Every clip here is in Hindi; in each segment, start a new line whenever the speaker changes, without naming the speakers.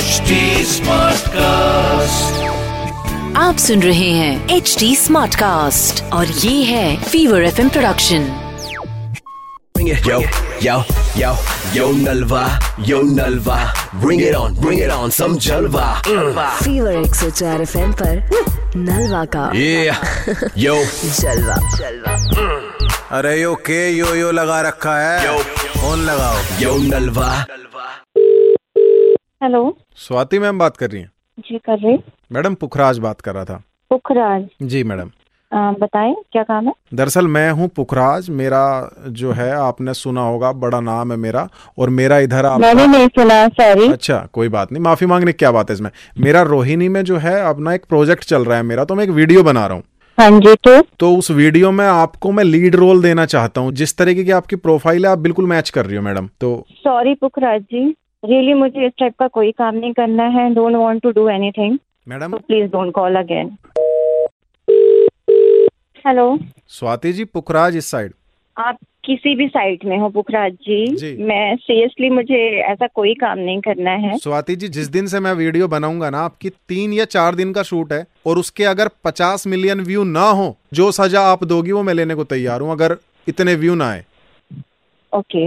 HD Smartcast.
आप सुन रहे हैं एच डी स्मार्ट कास्ट और ये है fever F production
Bring it. Yo, yo, yo, yo Nalva, yo Nalva. Bring it on, bring it on, some Jalva. Mm.
Fever एक सौ चार एफ एम नलवा का
Yeah, yo,
जलवा जलवा
अरे यो के यो यो लगा रखा है फोन लगाओ
yo Nalva.
Hello
Swati ma'am बात कर रही हैं
जी कर रही
मैडम पुखराज बात कर रहा था
पुखराज
जी मैडम
आ, बताएं क्या काम है
दरअसल मैं हूँ पुखराज मेरा जो है आपने सुना होगा बड़ा नाम है मेरा और मेरा इधर आप हाँ।
मैंने नहीं सुना सॉरी
अच्छा कोई बात नहीं माफी मांगने की क्या बात है इसमें मेरा रोहिणी में जो है अपना एक प्रोजेक्ट चल रहा है मेरा तो मैं एक वीडियो बना रहा हूँ
हाँ जी तो
तो उस वीडियो में आपको मैं लीड रोल देना चाहता हूँ जिस तरीके की आपकी प्रोफाइल है आप बिल्कुल मैच कर रही हो मैडम तो
सॉरी पुखराज जी रियली मुझे इस टाइप का कोई काम नहीं करना है don't want to do anything
madam
तो please don't call again hello
Swati ji Pukhraj इस साइड
आप किसी भी साइट में हो पुखराज जी,
जी।
मैं सीरियसली मुझे ऐसा कोई काम नहीं करना है
स्वाति जी जिस दिन से मैं वीडियो बनाऊंगा ना आपकी तीन या चार दिन का शूट है और उसके अगर पचास मिलियन व्यू ना हो जो सजा आप दोगी वो मैं लेने को तैयार हूँ अगर इतने व्यू ना आए
ओके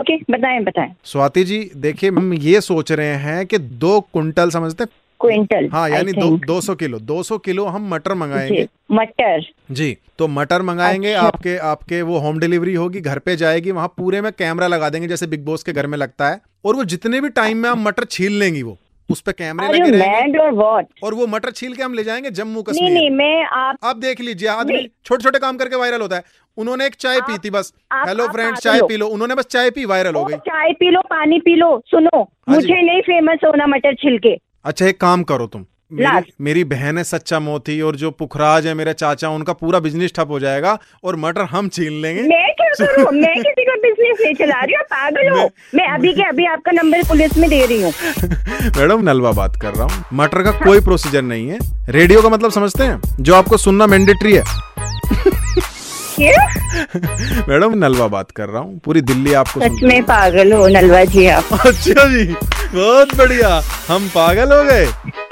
ओके बताएं बताएं
स्वाति जी देखिए हम ये सोच रहे हैं कि दो कुंटल समझते हैं?
क्विंटल
हाँ
I
यानी दो,
think.
दो सौ किलो दो सौ किलो हम मटर
जी
मंगाएंगे
मटर
जी तो मटर मंगाएंगे
अच्छा।
आपके आपके वो होम डिलीवरी होगी घर पे जाएगी वहाँ पूरे में कैमरा लगा देंगे जैसे बिग बॉस के घर में लगता है और वो जितने भी टाइम में आप मटर छील लेंगी वो उस पे कैमरे
आर
लगे
यू
रहेंगे
मैड और व्हाट
और वो मटर छील के हम ले जाएंगे जम्मू
नहीं नहीं
कश्मीर
मैं आप
आप देख लीजिए आदमी
नहीं।
छोटे छोटे काम करके वायरल होता है उन्होंने एक चाय पी थी बस
आप-
हेलो
आप
फ्रेंड
पागल
चाय
हो।
पी लो उन्होंने बस चाय पी वायरल हो
ओ,
गई
चाय पी लो पानी पी लो सुनो
जी।
मुझे नहीं फेमस होना मटर छिलके
अच्छा एक काम करो तुम मेरी,
लास्ट।
मेरी बहन है सच्चा मोती और जो पुखराज है मेरे चाचा उनका पूरा बिजनेस ठप हो जाएगा और मटर हम छीन लेंगे
मैं क्या करूँ मैं किसी का बिजनेस नहीं चला रही हूँ आप पागल हो मैं अभी के अभी आपका नंबर पुलिस में दे रही हूँ
मैडम नलवा बात कर रहा हूँ मटर का कोई प्रोसीजर नहीं है रेडियो का मतलब समझते हैं जो आपको सुनना मैंडेटरी है
क्या?
मैडम नलवा बात कर रहा हूँ पूरी दिल्ली आपको
सच
सुनती है।
में पागल हो नलवा जी आप
अच्छा जी बहुत बढ़िया हम पागल हो गए